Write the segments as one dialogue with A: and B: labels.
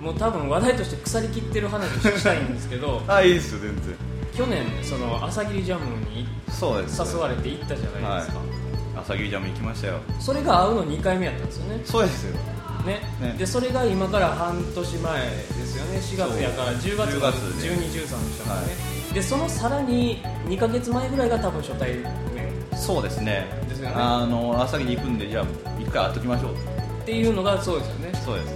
A: もう多分話題として腐りきってる話したいんですけ ど
B: あいいですよ全然
A: 去年その朝霧ジャムに
B: そうです
A: 誘われて行ったじゃないですか、
B: 朝霧ジャム行きましたよ
A: それが会うの2回目やったんですよね
B: そうですよ
A: ね
B: ね
A: でそれが今から半年前ですよね4月やから
B: そう
A: 10月
B: 10
A: の
B: 月
A: 1213
B: で
A: でしたからね、でそのさらに2か月前ぐらいが多分初対面
B: そうですね
A: ですよね
B: あの朝霧に行くんでじゃあ一回会っときましょう
A: っていうのがそうですよね
B: そうです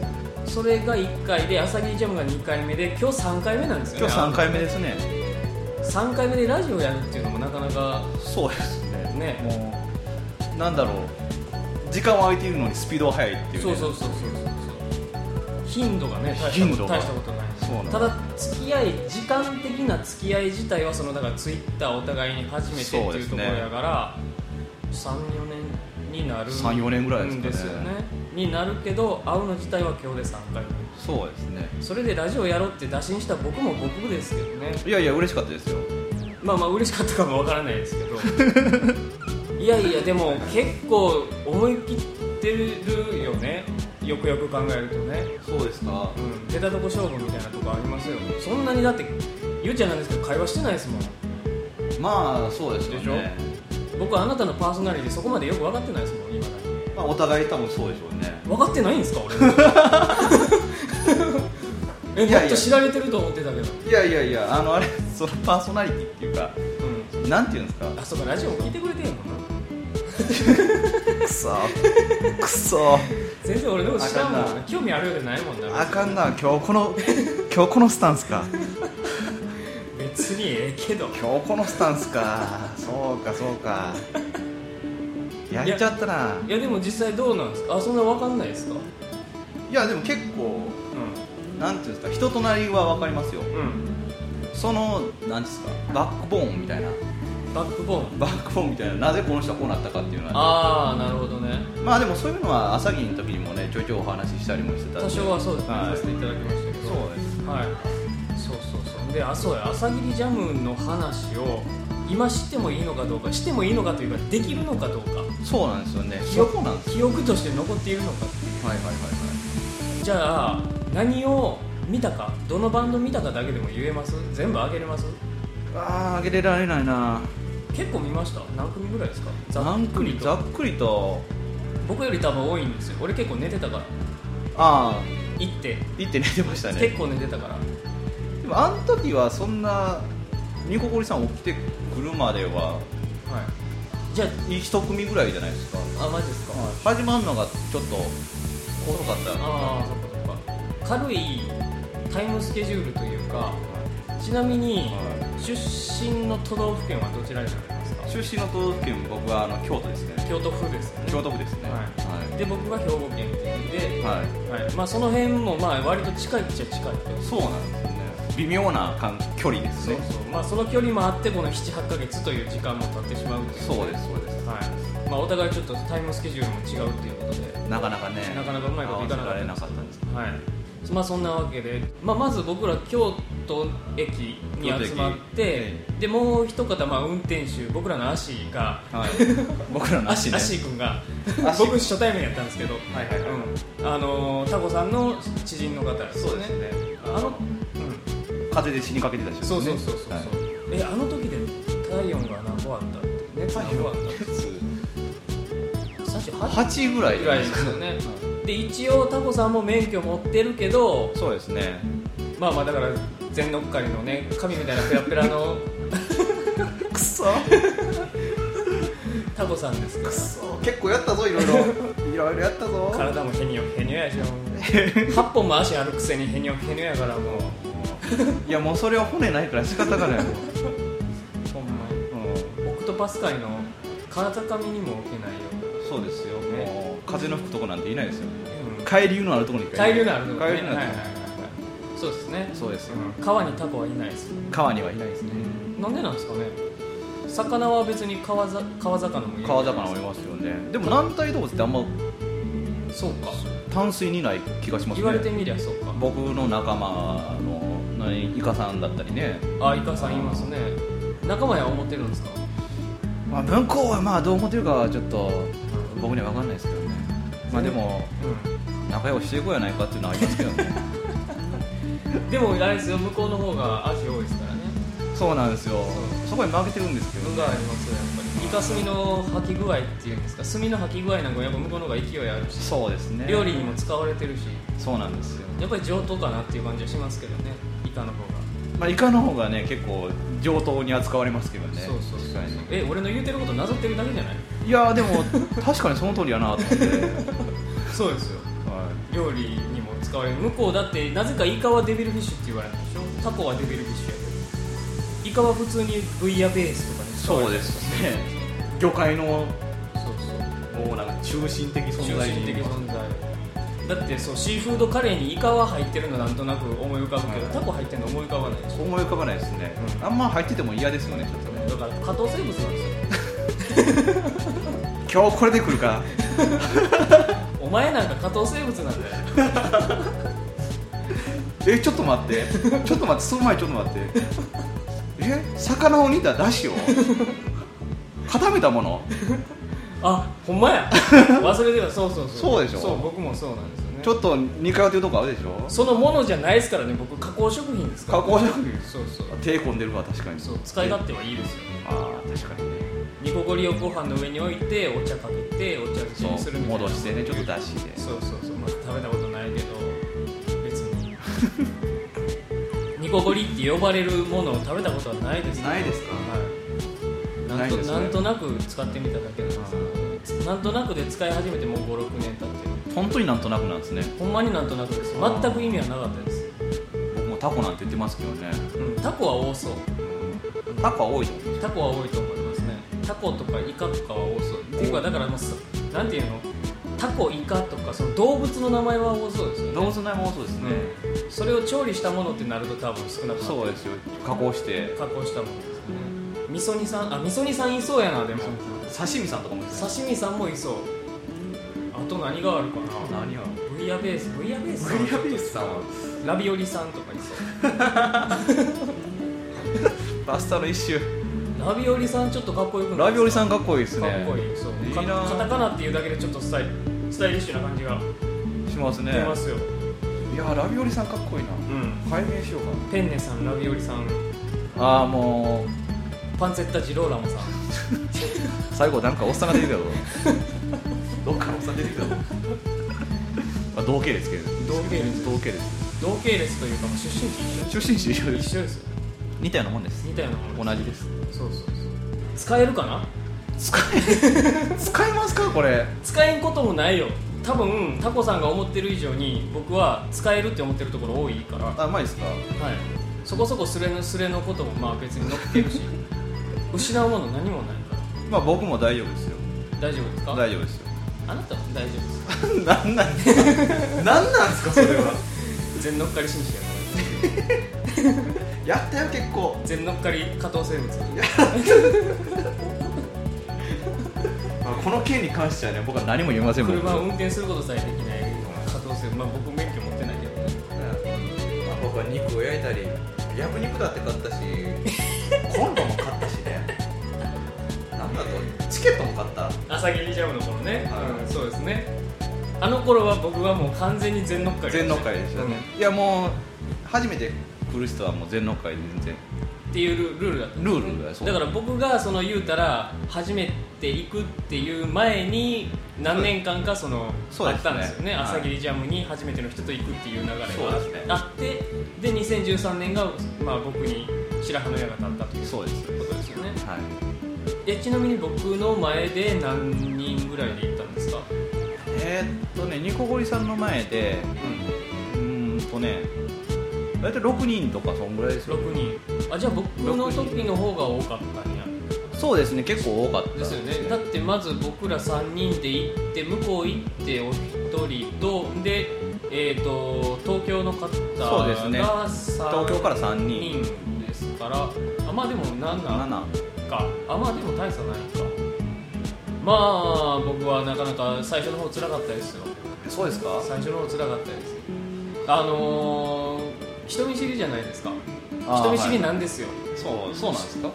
A: それが1回で朝霧ジャムが2回目で今日3回目なんですよ
B: 今
A: ね
B: 日3回目ですね
A: 3回目でラジオやるっていうのもなかなか
B: そうです
A: ね
B: ねもうなんだろう時間は空いているのにスピードは速いっていう、
A: そ
B: ね、
A: うそうそうそうそう頻度がね大した
B: 頻
A: こと
B: 度が
A: 大したことない
B: そうなんだ
A: ただ付き合い時間的な付き合い自体はそのだからツイッターお互いに初めてって
B: そう
A: い
B: で
A: う
B: す
A: とこ
B: ね
A: ろやから、34年になる
B: 三四年ぐらいです
A: ん
B: かね
A: ですよねになるけど会うの自体は今日で3回目
B: そうですね
A: それでラジオやろうって打診した僕も僕ですけどね
B: いやいや嬉しかったですよ
A: まあまあ嬉しかったかもわからないですけど いやいやでも結構思い切ってるよねよくよく考えるとね
B: そうですか
A: うん、出たとこ勝負みたいなとこありますよそんなにだってゆうちゃんなんですけど会話してないですもん
B: まあそうですよ
A: でし
B: ね
A: 僕はあなたのパーソナリティそこまでよく分かってないですもん今だに
B: まあお互い多分そうでしょうね
A: 分かってないんですか俺のことえ
B: いやいや
A: もっと知られてると思ってたけど
B: いやいやいやあのあれそのパーソナリティっていうか
A: う
B: なんていうんですか
A: んあそうかラジオも聞いてくれてんのかな
B: くそくそ
A: 全然俺のこと知らん
B: あ
A: も
B: か
A: ん
B: んな
A: 興味あるようでないもんな
B: あかんな今日この今日このスタンスか
A: 別にええけど
B: 今日このスタンスかそうかそうかやっちゃったない
A: やでも実際どうなんですかあそんな分かんないですか
B: いやでも結構
A: う
B: なんていうんですか人となりは分かりますよ
A: んうん
B: そのなんていうんですかバックボーンみたいな
A: バックボーン
B: バックボーンみたいななぜこの人はこうなったかっていうのは
A: ああなるほどね
B: まあでもそういうのは朝霧の時にもねちょいちょいお話ししたりもしてたんで
A: 多少はそうですね、
B: はい
A: させていただきましたけど
B: そうです
A: はい、そうそうそうであそうや朝霧ジャムの話を今してもいいのかどうかしてもいいのかというかできるのかどうか
B: そうなんですよね
A: 記
B: そ
A: 憶
B: こなんです
A: 記憶として残っているのか
B: はいはいはい
A: じゃあ何を見たかどのバンド見たかだけでも言えます全部あげれます
B: はいああ上げられないな
A: 結構見ました何組ぐらいですか
B: ざっくりざっくりと
A: 僕より多分多いんですよ俺結構寝てたから
B: ああ
A: 行って、
B: 行って寝てましたね
A: 結構寝てたから
B: でもあの時はそんなニココリさん起きてくるまでは
A: はいじゃ
B: 一組ぐらいじゃないですか
A: ああマジですか、
B: 始まるのがちょっと遅かったな
A: ああそっかそっか軽いタイムスケジュールというかちなみに
B: は
A: 出身の都道府県はどちらになりますか
B: 出身の都道府県僕はあの京都ですね
A: 京都府ですよね
B: 京都府ですね
A: は
B: は
A: で僕が兵庫県っていう
B: い、
A: の
B: はい
A: で、はいまあ、その辺もまあ割と近いっちゃ近いけど
B: そうなんですよね微妙な間距離です
A: そう
B: ね
A: そう、まあ、その距離もあってこの78ヶ月という時間も経ってしまうっていう
B: そうですそうです
A: はいまあ、お互いちょっとタイムスケジュールも違うっていうことで
B: なかなかね
A: なかなかうまいこといかなかった
B: 合わせられなかったんですけ
A: はい、まあそんなわけで、まあ、まず僕ら京都駅に集まっ
B: 京都
A: て
B: 駅え
A: でもう一方まあ運転手僕らのアシーが
B: どはい僕らの
A: アシ,、
B: 足ね
A: ー君 が
B: アシー
A: 僕初対面やったんですけど、
B: はいはいはい
A: うん、あのータコさんの知人の方ですね
B: そうですね
A: あの、うん、
B: 風邪で死にかけてた人です
A: そ
B: ね
A: うそうそうそうそう、
B: はい
A: えあの時で体温が何個あったってね何個あった38
B: 8ぐらい
A: ぐ
B: じゃ
A: ら
B: ないい
A: で
B: です
A: す
B: か
A: よねで一応タコさんも免許持ってるけど
B: そうですね
A: まあまあだから全のっかりのね神みたいなペラペラの
B: くそ
A: タコさんですか
B: そう結構やったぞいろいろいろいろやったぞ
A: ら体もへにょへにょやし8 本も足あるくせにへにょへにょやからもう
B: いやもうそれは骨ないから仕方が ないもう
A: ほんまにオクトパス界の風上にも置けないよ
B: そうですよ
A: ね
B: もう風の吹くとこなんていないですよ
A: うな
B: 海流のあるところに
A: 海流のあるとこ
B: 海流のあるとこ
A: はいはいはいはいそうですね
B: そうですよ
A: ん川にタコはいないです
B: 川にはいないですね
A: なんでなんですかね魚は別に川ざ川魚もいる
B: 川魚もいますよねでも軟体動物ってあんま
A: そうか
B: 淡水にない気がしますね
A: 言われてみりゃそうか
B: 僕の仲間の何イカさんだったりね、
A: あイカさんいますね仲間や思ってるんですか
B: まあ、向こうはまあどう思ってるかはちょっと僕には分かんないですけどねまあでも
A: うん
B: 仲良くしていこうやないかっていうのはありますけどね
A: でもあれですよ向こうの方がアジ多いですからね
B: そうなんですよ
A: う
B: そこに負けてるんですけど
A: 運
B: ね
A: がありますよやっぱりイカスミの吐き具合っていうんですか炭の吐き具合なんかやっぱ向こうの方が勢いあるし
B: そうですね
A: 料理にも使われてるし
B: そうなんですよ、
A: やっぱり上等かなっていう感じはしますけどねイカの方が
B: まあ、イカの方がね結構上等に扱われますけどね
A: そうそうそう
B: 確かに
A: え俺の言うてることなぞってるだけじゃない
B: いやーでも確かにその通りやなと思って、
A: そうですよ
B: は
A: 料理にも使われる向こうだってなぜかイカはデビルフィッシュって言われるんでしょタコはデビルフィッシュやけどイカは普通にブイヤベースとか
B: い、
A: に使われ
B: そう
A: てる
B: ですね魚介のも
A: そうそう
B: うなんか中心的存
A: 中
B: 在
A: 心的存在だってそうシーフードカレーにイカは入ってるのなんとなく思い浮かぶけど、
B: はい
A: タコ入ってるの思い浮かばないでし
B: 思い浮かばないですね、
A: うん
B: あんま入ってても嫌ですよねちょっとね
A: ょだから加藤生物なんですよ
B: 今日これで来るか
A: お前なんか加藤生物なんだよ
B: えちょっと待ってちょっと待ってその前にちょっと待ってえ魚を煮ただしを固めたもの
A: あほんま や忘れてたそうそうそう
B: そうでしょ
A: そう僕もそうなんですよね
B: ちょっと似通ってるとこあるでしょ
A: そのものじゃないですからね僕加工食品ですから
B: 加工食品
A: そうそう
B: 手込んでるわ確かに
A: そう使い勝手はいいですよ
B: ああ確かにね
A: 煮こごりをご飯の上に置いてお茶かけてお茶口にす
B: そう
A: るみたいな
B: 戻してねちょっとだしで
A: そうそうそう、まあ、食べたことないけど別に ニコゴリって呼ばれるものを食べたことはないですね
B: ないですか
A: はいなん
B: ない
A: と
B: ですね
A: なんとなく使ってみただけなんですけどなんとなくで使い始めてもう56年経ってる
B: 本当になんとなくなんですね
A: ほんまになんとなくです全く意味はなかったです、
B: 僕もタコなんて言ってますけどね
A: うん、タコは多そう
B: タコは多いと思う
A: タコは多いと思いますねタコとかイカとかは多そうっていうかだからもうさなんていうのタコイカとかその動物の名前は多そうですよね
B: 動物の名もそうですね、
A: それを調理したものってなると多分少なくなって
B: そうですよ加工して
A: 加工したものですね味噌煮さんあ味噌煮さんいそうやなでも
B: 刺身さんとかもですね
A: 刺身さんもいそうあと何があるかな
B: 何やろ
A: ブイヤベースブイヤベース
B: ブイヤベースさんは
A: ラビオリさんとかいそう
B: パスタの一周
A: ラビオリさんちょっとかっこよくない
B: ラビオリさん
A: か
B: かっこいいですね
A: かっこいいそう
B: いい
A: か
B: な
A: カタカナっていうだけでちょっとスタイスタイリッシュな感じが
B: しますね
A: 出ますよ、
B: いやラビオリさんかっこいいな
A: うん
B: 解明しようか
A: ペンネさんラビオリさん
B: なああも
A: パンツェッタジローラモさん
B: う最後なんかおっさんが出てきたぞ どっかのおっさん出てきたぞまあ同系列けど
A: 同系列
B: 同系列
A: 同系列というかもう出身地一緒
B: 出身地一緒です
A: 一緒ですよ
B: 似たようなもんです
A: 似たようなもの
B: 同じです
A: そうそうそう使えるかな
B: 使え 使えますかこれ
A: 使えんこともないよ多分タコさんが思ってる以上に僕は使えるって思ってるところ多いから、はい、
B: あうまいですか
A: そこそこスレのスレのこともまあ別に乗ってる し失うもの何もないか
B: まあ僕も大丈夫ですよ
A: ら大丈夫ですか
B: 大丈夫ですよ
A: あなたは大丈夫ですか
B: なんなんです かなんなんですかそれは
A: 全乗っかり紳士やか
B: やったよ結構
A: ら全乗っかり加藤生物
B: まあこの件に関してはね僕は何も言いませんもん
A: 車を
B: うん
A: 運転することさえできない加藤生物まあ僕免許持ってないけどね
B: まあ僕は肉を焼いたり焼肉だって買 ったしコンロも買ったしねなんだとチケットも買った
A: 朝霧ジャムの頃ね、
B: はい
A: うん、そうですねあの頃は僕はもう完全に全乗っかり
B: 全農会でしたね、いやもう初めて来る人はもう全農会で全然
A: っていうルルールだった
B: ルールがそう
A: だから僕がその言うたら初めて行くっていう前に何年間かその
B: そう
A: あ
B: で
A: っ
B: すね
A: たんですよね
B: はい
A: 朝霧ジャムに初めての人と行くっていう流れが
B: そうですね
A: あってで2013年が、まあ、僕に白羽の矢が立ったという
B: そうです
A: ことですよね
B: はい
A: えちなみに僕の前で何人ぐらいで行ったんですか、
B: えーっとねニコゴリさんの前で
A: う
B: うーんとね大体6人とかそんぐらいですよ
A: 6人あじゃあ僕の時の方が多かったんや
B: そうですね結構多かった
A: ですよねだってまず僕ら3人で行って向こう行ってお一人とで、えー、と東京の方が
B: そうですね東
A: 東
B: 京から3
A: 3
B: 人
A: 人ですからあまあでも7
B: 7
A: かあまあでも大差ないかまあ僕はなかなか最初の方つらかったですよ
B: そうですか
A: 最初の方つらかったですあのー人見知りじゃないですか
B: あー
A: 人見知りなんですよ、
B: そうそうなんですか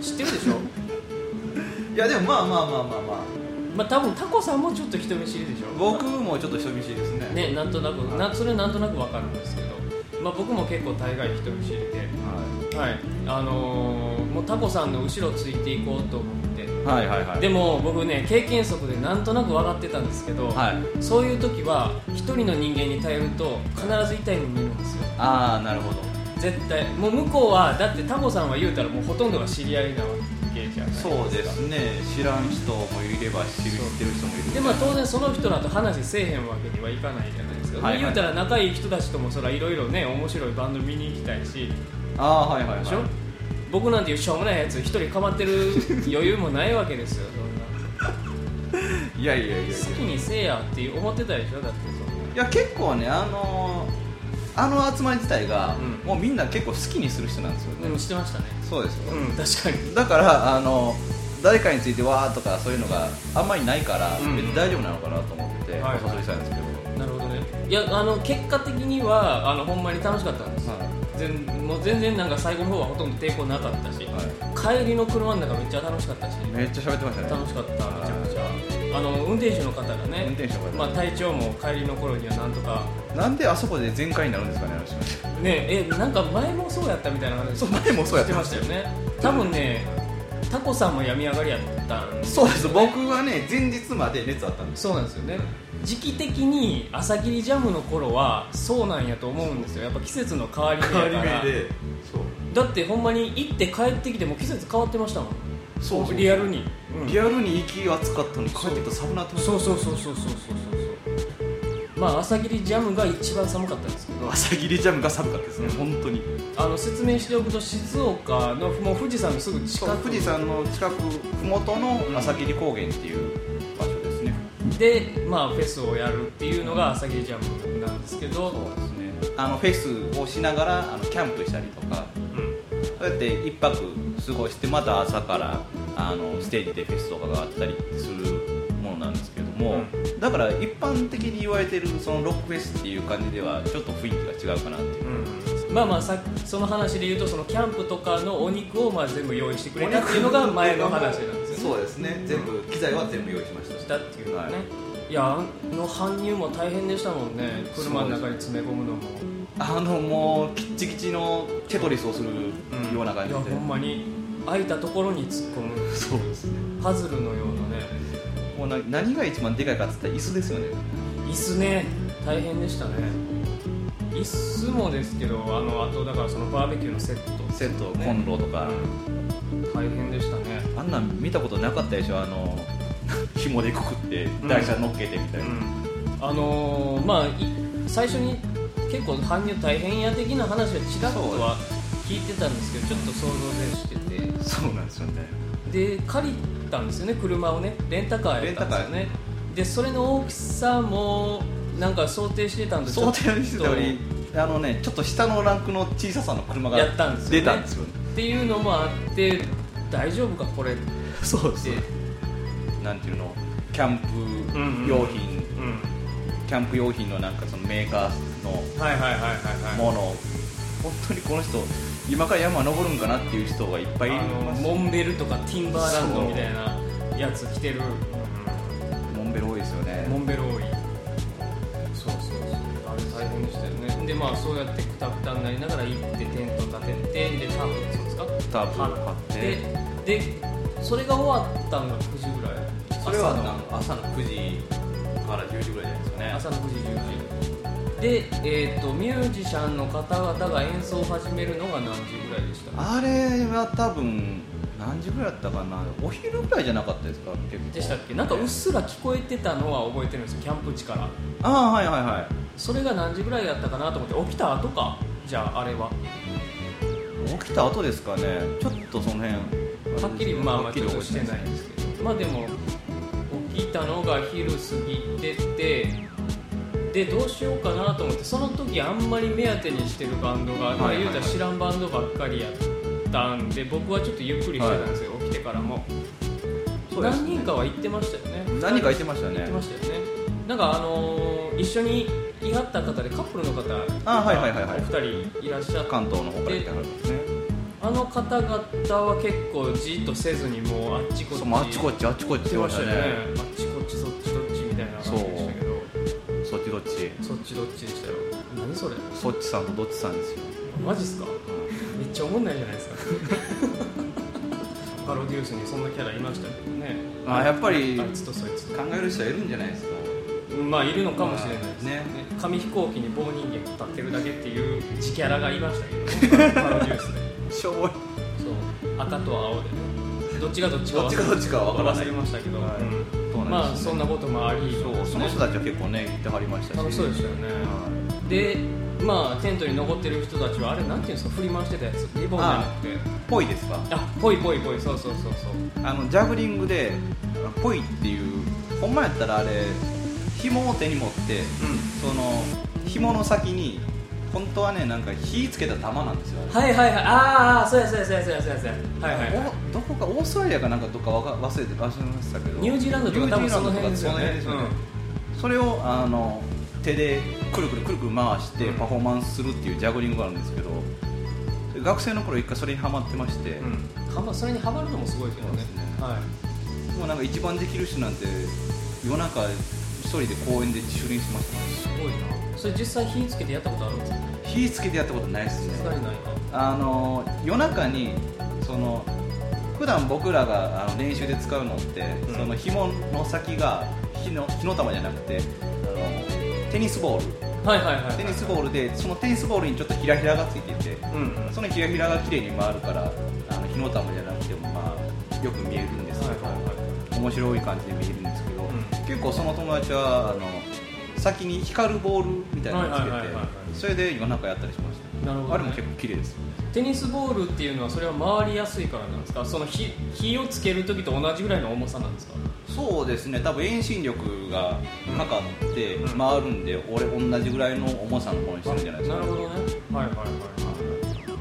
A: 知ってるでしょ
B: いやでもまあまあまあまあまあ
A: まあ多分タコさんもちょっと人見知りでしょ
B: 僕もちょっと人見知りですね
A: ねなんとなくなそれなんとなくわかるんですけどまあ、僕も結構大概人見知りで、
B: は
A: はいあのーもうタコさんの後ろついていこうと思って
B: いはいはい
A: でも僕ね経験則でなんとなく分かってたんですけど、
B: はい
A: そういう時は一人の人間に頼ると必ず痛い目見るんですよ
B: ああなるほど
A: 絶対もう向こうはだってタコさんは言うたらもうほとんどが知り合いなわけじゃないですか
B: そうですね知らん人もいれば知る
A: そう
B: 知ってる人もいる
A: でまあ当然その人らと話せえへんわけにはいかないじゃないですか、
B: はいはい
A: 言うたら仲いい人たちともそらいろいろね面白いバンド見に行きたいし
B: ああーはいはいはい
A: でしょ、僕なんていうしょうもないやつ一人かまってる 余裕もないわけですよそ
B: いやいやいやいや
A: んな好きにせえやって思ってたでしょだって
B: いや結構ねあのーあの集まり自体が、
A: うん
B: もうみんな結構好きにする人なんですよ
A: そん
B: ね、
A: なうんしてましたね
B: そうですよ、
A: うん確かに
B: だからあの誰かについてわーとかそういうのがあんまりないから、
A: うん
B: 別に大丈夫なのかなと思ってて、
A: はいはい
B: お誘いしたんですけど、
A: なるほどねいやあの結果的にはあのほんまに楽しかったんですよ全もう全然なんか最後の方はほとんど抵抗なかったし、
B: は
A: 帰りの車の中めっちゃ楽しかったし
B: い、めっちゃ喋ってましたね
A: 楽しかっためちゃくちゃあの運転手の方が
B: 運
A: ね、
B: 転手の方、
A: まあ、体調も帰りの頃にはなんとか
B: なんであそこで全開になるんですかねあの人
A: ねえなんか前もそうやったみたいな話
B: そう前もそうや
A: して
B: っ
A: て
B: ま
A: ま
B: し
A: したたよ
B: よ
A: ね多分ねタコさんも病み上がりやったんです
B: そうです僕はね前日まで熱あったんです
A: そうなんですよね時期的に朝霧ジャムの頃はそうなんやと思うんですよやっぱ季節の変わり目やから
B: でそう
A: だってほんまに行って帰ってきても季節変わってましたもん
B: そうそう
A: リアルに、うん
B: リアルに息暑かったのに帰ってきたら寒なってました
A: そうそうそうそうそうそうそうそうまあ朝霧ジャムが一番寒かったんですけど
B: 朝霧ジャムが寒かったですね、本当に
A: あの説明しておくと静岡のもう富士山のすぐ近く
B: 富士山の近く麓の朝霧高原っていう場所ですね、
A: で、まあ、フェスをやるっていうのが朝霧ジャムなんですけど
B: そうですねあのフェスをしながらあのキャンプしたりとかそうやって一泊過ごしてまた朝からあのステージでフェスとかがあったりするものなんですけども、だから一般的に言われてるそのロックフェスっていう感じではちょっと雰囲気が違うかなっていう
A: うん、うん、まあまあさその話で言うとそのキャンプとかのお肉をまあ全部用意してくれたっていうのが前の話なんですよね
B: そうですね全部機材は全部用意しました
A: したっていうのはね、、
B: はい
A: やあの搬入も大変でしたもんね車の中に詰め込むのも
B: あのもうキッチキチのテトリスをするような感じ
A: いや
B: で、
A: ほんまに空いたところに突っ込む
B: そうですね
A: パズルのようなね
B: もうな何が一番でかいかっつったら椅子ですよね
A: 椅子ね大変でしたね椅子もですけどあのあとだからそのバーベキューのセット
B: セットコンロとか、
A: うん大変でしたね
B: あんなん見たことなかったでしょあの 紐でくくって
A: うん
B: 台車乗っけてみたいな、
A: あのーまあい最初に結構搬入大変や的な話はちらっとは聞いてたんですけどちょっと想像でしてて
B: そうなんですよね
A: で借りたんですよね車をねレンタカーやったんですよ
B: レ
A: ねでそれの大きさもなんか想定してたんで
B: 想定してたよりあのねちょっと下のランクの小ささの車が
A: やったんですよね
B: 出たんですよね
A: っていうのもあって大丈夫かこれって、
B: そうですなんていうのキャンプ用品、
A: うん、
B: キャンプ用品のなんかそのメーカーの
A: はいはいはいはい
B: もの、本当にこの人今から山登るんかなっていう人がいっぱいいる
A: あのモンベルとかティンバーランドみたいなやつ着てる、
B: モンベル多いですよね
A: モンベル多いそうそうそうあれ大変でしたよねでまあそうやってくたくたになりながら行ってテント立ててでタープってそうですか
B: タープ
A: 張
B: 張って
A: ででそれが終わったのが9時ぐらい
B: それは
A: 朝の
B: 朝の9時から10時ぐらいじゃないですかね
A: 朝の9時10時で、えー、とミュージシャンの方々が演奏を始めるのが何時ぐらいでした
B: あれは多分何時ぐらいだったかなお昼ぐらいじゃなかったですか結構
A: でしたっけなんかうっすら聞こえてたのは覚えてるんですよキャンプ地から
B: ああはいはいは
A: それが何時ぐらいだったかなと思って起きた後かじゃああれはい
B: 起きた後ですかねちょっとその辺
A: はっきりまあま
B: は
A: あ
B: っ
A: ち
B: き
A: ょ
B: り
A: っとしてないんですけどまあでも起きたのが昼過ぎててでどうしようかなと思ってその時あんまり目当てにしてるバンドが、まあ
B: はいはいはい
A: 言うたら知らんバンドばっかりやったんで僕はちょっとゆっくりしてたんですよ、起きてからも、
B: そうですね
A: 何人かは行ってましたよね
B: 何か言ってましたよ
A: 言
B: ね
A: ってましたよねなんかあのー一緒にいはった方でカップルの方が
B: あはいはいはいはい
A: お二人いらっしゃって
B: 関東の方から来たからですね
A: あの方々は結構じっとせずにもうあっちこっち
B: そうもうあっちこっちあっちこっち
A: 言ってましたよね
B: 言って
A: あっちこっちそっちどっちみたいな話でしたけど
B: ましたねそっちどどっち
A: そっちどっちでしたよ何それ
B: そっちさんとどっちさんですよ
A: マジっすかめっちゃおもんないじゃないですか パロデュースにそんなキャラいましたけどね
B: あやっぱり
A: あいつとそいつ
C: 考える人はいるんじゃないですか
A: まあいるのかもしれないですね,、
C: ま
A: 紙飛行機に棒人間立ってるだけっていう地キャラがいましたけどねパロデュースで
B: しょぼ
A: そ
B: い
A: う赤と青でねどっちがどっちか
C: どっちかどっちかは分からない
A: 忘れましたけど、
B: はい
A: うん
B: そうなんですね
A: まあそんなこともあり
B: そうその人たちは結構ね行ってはりましたし
A: 楽しそうでしたよね
B: は
A: でまあテントに残ってる人たちはあれなんていうんですか振り回してたやつリボンじゃなくて
B: いぽいですか
A: あぽいぽいぽいそうそうそうそう
B: あのジャグリングでぽいっていうほんまやったらあれ紐を手に持ってその紐の先に本当はねなんか火つけた玉なんですよ
A: はいはいはいああそうやそうやそうやそうやそうやそうやはいはい
B: おどこかオーストラリアかなんかどっかわか忘れて忘れましたけど
A: ニュージーランドとか多分その辺
B: ニュ
A: で
B: ー
A: す
B: ジー
A: よ
B: ランドとかその
A: ね
B: 辺ですよねそれをあの手でくるくるくるくる回して
A: うん
B: パフォーマンスするっていうジャグリングがあるんですけど学生の頃一回それにハマってまして、
A: うん、うんはま、それにハマるのもすごいけどね
B: そうですね
A: は
B: もうなんか一番できる人なんて夜中一人で公園で自主練してました
A: いすごいなそれ実際火つけてやったことあるんですか
B: 火つけてやったことないです
A: 実
B: ね
A: 際ないな
B: あの夜中にその普段僕らがあの練習で使うのって、
A: うん
B: その紐の先が火の火の玉じゃなくてあのテニスボール
A: はいはいはい
B: テニスボールでそのテニスボールにちょっとひらひらがついてて
A: うんはい
B: そのひらひらが綺麗に回るからあの火の玉じゃなくてもまあよく見えるんですけど、
A: は
B: 面白い感じで見えるんですけど、
A: ん
B: 結構その友達はあの先に光るボールみたいなのをつけて、
A: はいはいはいはい
B: それで夜中やったりしました、
A: なるほどね
B: あれも結構綺麗ですよ
A: いテニスボールっていうのはそれは回りやすいからなんですかその火火をつける時と同じぐらいの重さなんですか
B: そうですね多分遠心力がかかって
A: うん
B: 回るんで、俺同じぐらいの重さのものにしてるんじゃないですか
A: なるほどねはいはいはいはいなる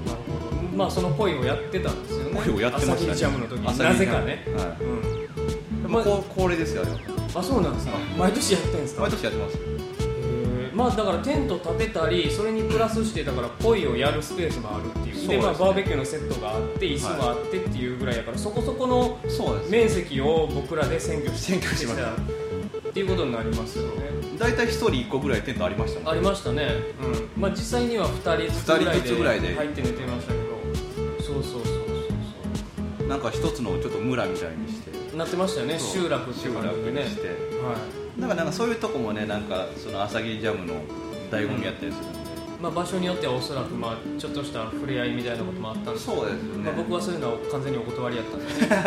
A: ほどまあそのポイをやってたんですよね
B: 声をやってまし
A: 朝
B: た
A: 日ジャムの時に
B: 朝
A: な
B: 日ジ
A: ぜ
B: ャム
A: かね
B: は
A: うん
B: いでもこう恒例ですよあれは
A: あそうなんですか毎年やってんですか
B: 毎年やってます
A: へーまあだからテント立てたりそれにプラスしてだからポイをやるスペースもあるっていう
B: そう
A: で
B: ですね
A: まあ、バーベキューのセットがあって椅子もあってっていうぐらいやから、そこそこの
B: そうです
A: 面積を僕らで占拠して
B: 占拠しました
A: っていうことになりますよね
B: 大体1人1個ぐらいテントありましたもん
A: ありましたね、うんまあ、実際には2人ずつぐらい
B: 二人ずつぐらい
A: で
B: で
A: 入って寝てましたけどそうそうそうそう
B: なんか一つのちょっと村みたいにして
A: そうなってましたよね
B: そう
A: 集落っていう感じでね
B: 集落にして
A: はい
B: だからなんかそういうとこもねなんかその朝霧ジャムの醍醐味やったりするんで、
A: まあ、場所によってはおそらくまあちょっとした触れ合いみたいなこともあったんですけど
B: そうですよね
A: まあ、僕はそういうのは完全にお断りや ったんですね、はい、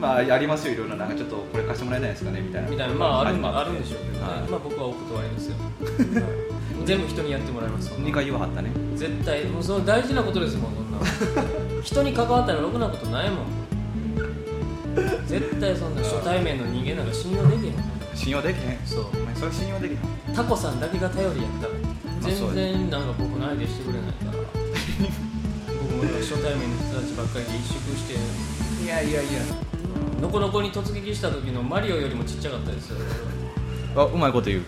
B: まあありますよいろいろなんかちょっとこれ貸してもらえないですかねみたいな
A: みたいなまああるんあるんでしょうけどね、
B: はい
A: まあ、僕はお断り ですよ、はい全部人にやってもらいます
B: 2回言わはったね
A: 絶対もうその大事なことですもんそんな の人に関わったらろくなことないもん絶対そんな初対面の人間なんか信用できへん
B: 信用できへん
A: そう
B: お前それ信用できへん
A: タコさんだけが頼りやったら全
B: そう
A: 然なんか僕の相手してくれないから僕もなんか初対面の人たちばっかりで一縮して
B: いやいやいや
A: ノコノコに突撃した時のマリオよりもちっちゃかった ですよ
B: あうまいこと言う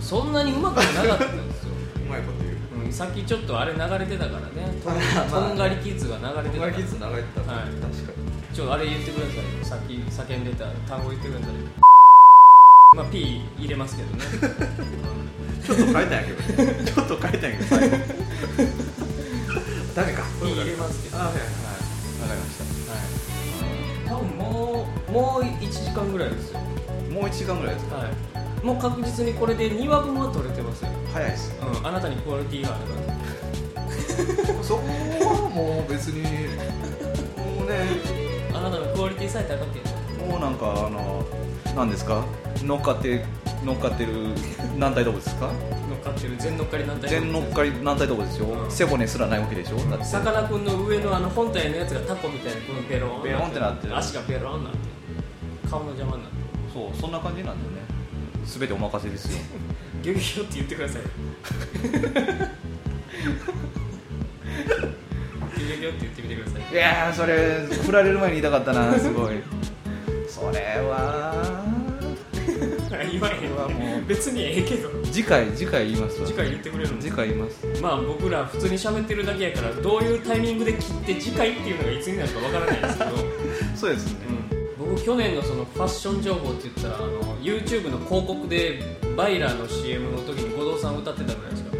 A: そんなにうまくもなかったんですよ、
C: うまいこと言う
A: うん、さっきちょっとあれ流れてたから ねとん
C: まあ
A: とんがりキッズが流れて
C: こ
A: たから
C: んなキッズ流れてた
A: はい
C: 確かに
A: ちょっとあれ言ってくださいさっき叫んでた単語言ってくださ いまあ P 入れますけ どね
C: ちょっと変えたんやけどね
B: ちょっと変えたんやけど最後わか
C: ダメか
A: P 入れますけど
C: あはいはい
B: り
A: は
B: まし
A: い多分もうもう1時間ぐらいですよ
B: たもう1時間ぐらいですか
A: はいもう確実にこれで2話分は取れてますよ、
B: 早いっす
A: うん、あなたにクオリティがあるから
C: そこはもう別にもうね
A: あなたのクオリティさえ高ければ
B: もうなんかあの何ですか乗っかって乗っかってる軟体動物ですか
A: 乗っかってる全乗っかりなんて
B: 全乗っかり軟体動物でしょ、
A: うん
B: 背骨すらないわけでしょだって
A: さかなクンの上のあの本体のやつがタコみたいにこのベローン
B: ベローンってなってる
A: 足がベローンになってる顔の邪魔になってる
B: そうそんな感じなんだよね全てお任せですよ
A: ギョギョギョって言ってください。ギョギョギョって言ってみてください。
B: いやーそれ振られる前に言いたかったなすごいそれは
A: 言わへんわもう別にええけど
B: 次回次回言いますわ
A: 次回言ってくれるんで
B: 次回言います
A: まあ僕ら普通に喋ってるだけやからどういうタイミングで切って次回っていうのがいつになるかわからないですけど、
B: そうですね
A: 僕僕去年のそのファッション情報って言ったらあの YouTube の広告でバイラーの CM の時に後藤さん歌ってたじゃないですか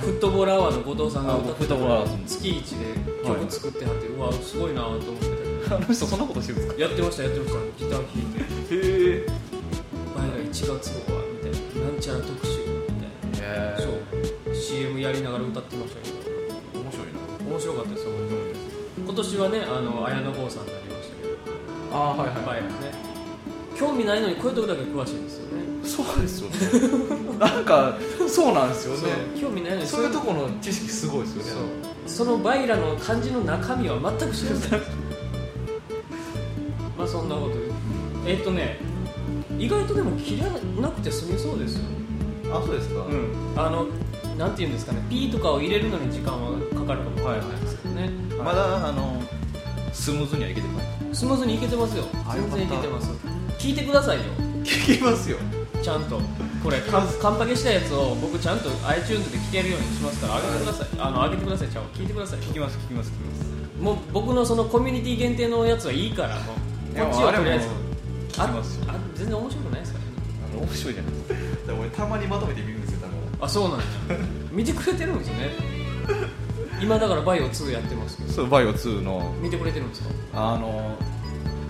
A: フットボールアワーの後藤さんが歌ってた
B: あ僕フットボールアワーですね
A: 月一で曲作ってはって、うわすごいなと思って
B: あの人そんなことしてるんです
A: たやってましたやってましたギター弾いて
B: かへえ
A: バイラー1月号はみたいななんちゃら特集みたいな
C: へ
A: そう CM やりながら歌ってましたけど
C: 面白いな
A: 面白かったですよ本当に今年はねあの綾野剛さんになりましたけど
C: ああはい
A: バイラーね興味ないのにこういうとこだけ詳しいんですよね
C: そうですよねなんかそうなんですよ
A: そう
C: ね
A: 興味ないのに
C: そういうとこの知識すごいですよね
A: そうそのバイラの漢字の中身は全く知ら ないまあそんなことでえっ、とね意外とでも切らなくて済みそうですよ、
C: あそうですか、
A: ん、あのなんて言うんですかね P とかを入れるのに時間はかかるかもしれないですけどね、
B: まだあのスムーズにはいけてない
A: スムーズにいけてますよ
C: あよ
A: 全
C: かった
A: 然いけてます聞いてくださいよ
C: 聞きますよ
A: ちゃんとこれ カンカンパケしたやつを僕ちゃんと iTunes で聴けるようにしますから上げてくださいあの上げてくださいちゃん聞いてください
B: 聞きます聞きます聞きます
A: もう僕のそのコミュニティ限定のやつはいいからもう
C: いや
A: こっちはとりあえず
B: 聞きますよ
A: ああ全然面白くないですからね
B: あの面白いじゃないですか
C: でも俺たまにまとめて見るんですよだか
A: あそうなんや見てくれてるんですね今だからバイオ2やってますけど
B: そうバイオ2の
A: 見てくれてるんですか
B: あの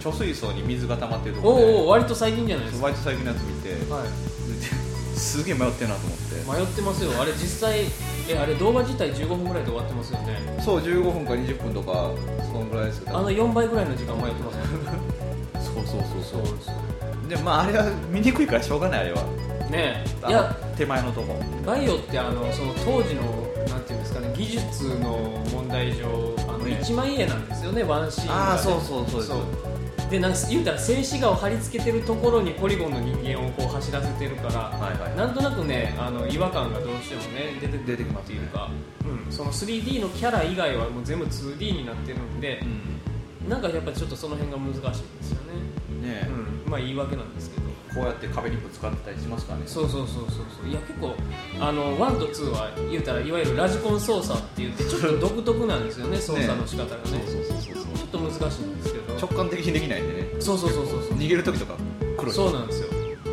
B: 貯水槽に水が溜まってると
A: お
B: こで
A: うおう割と最近じゃないです
B: そ
A: か
B: うバイト最近のやつ見て
A: はい
B: すげえ迷ってるなと思って
A: 迷ってますよあれ実際えあれ動画自体15分ぐらいで終わってますよね
B: そう15分か20分とかそのぐらいですけど
A: あの4倍ぐらいの時間迷ってますよね
B: そうそうそうそ
A: ですよ
B: うでまああれは見にくいからしょうがないあれは
A: ねえ
B: あ
A: いや
B: の手前のとこ
A: バイオってあのその当時のなんていうんですかね技術の問題上あの
B: ね
A: 一枚絵なんですよねワンシーンが、ね、
B: あーそうそうそうです
A: でなんか言うたら静止画を貼り付けてるところにポリゴンの人間をこう走らせてるから
B: はいはい
A: なんとなくねあの違和感がどうしてもね出てくる
B: 出てきます
A: っていうか、うん、その 3D のキャラ以外はもう全部 2D になってるんで
B: う、
A: なんかやっぱちょっとその辺が難しいんですよね、
B: んね
A: うん、まあ言い訳なんですけど
C: らこうやって壁にぶつかってたりしますからね
A: そうそうそうそうそういや結構あの1と2は言うたらいわゆるラジコン操作って言ってちょっと独特なんですよね操作の仕方がね
B: そうそうそうそう
A: ちょっと難しいんですけど
B: 直感的にできないんでね
A: そうそうそうそうそう
B: 逃げる時とか黒い
A: そうなんですよそ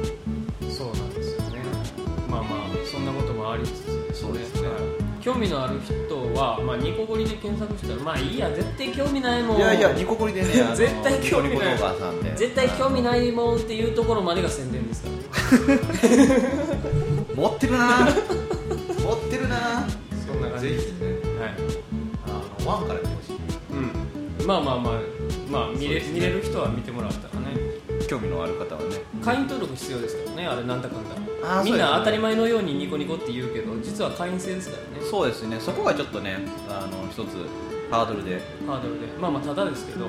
A: うなんですよねまあまあそんなこともありつつですね
B: そうですね
A: はい興味のある人は、まあ、ニコゴリで検索したらまあいいや絶対興味ないもん
B: いやいやニココリでね
A: 絶対興味ない
B: ニコニコ動画さんで
A: 絶対興味ないもんっていうところまでが宣伝ですから
B: 持ってるな持ってるな
A: そんな
C: ぜひね
A: はい
C: あのワンから見てほしい
A: うん、まあまあまあ、まあ見れ見れる人は見てもらったらね
B: 興味のある方はね
A: 会員登録必要ですからねあれなんだかん
B: あ
A: だ
B: ー
A: みんな
B: そうですね
A: 当たり前のようにニコニコって言うけど実は会員制ですからね
B: そうですねそこがちょっとねあの一つハードルで、
A: ハードルでまあまあただですけど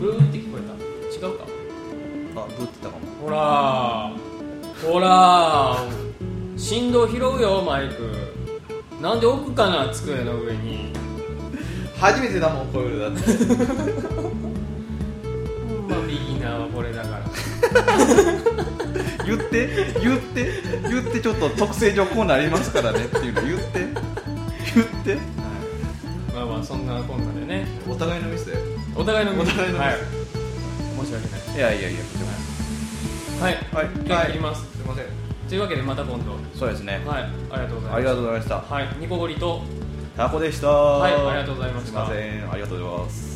A: ブーって聞こえた違うか
B: あぶってたかも
A: ほらーほらー振動拾うよマイクなんで置くかな机の上に
C: 初めてだもんこういうのだって
A: まあビギナーはこれだから
B: 言って言って言ってちょっと特性上こうなりますからねっていうの言って言って
A: まあまあそんなこんなでね
C: お互いのミスだよ
A: お互いの
C: お互いの
A: はい、申し訳ない
B: いやいやいや
A: はい、
B: はい
A: 今日は切ります、
C: すいません
A: というわけでまた今度は
B: そうですね
A: いありがとうござ
B: あ
A: い
B: り
A: ま
B: がとうございました
A: すはいニコゴリと
B: タコでした
A: はいありがとうございました
B: すいませんありがとうございます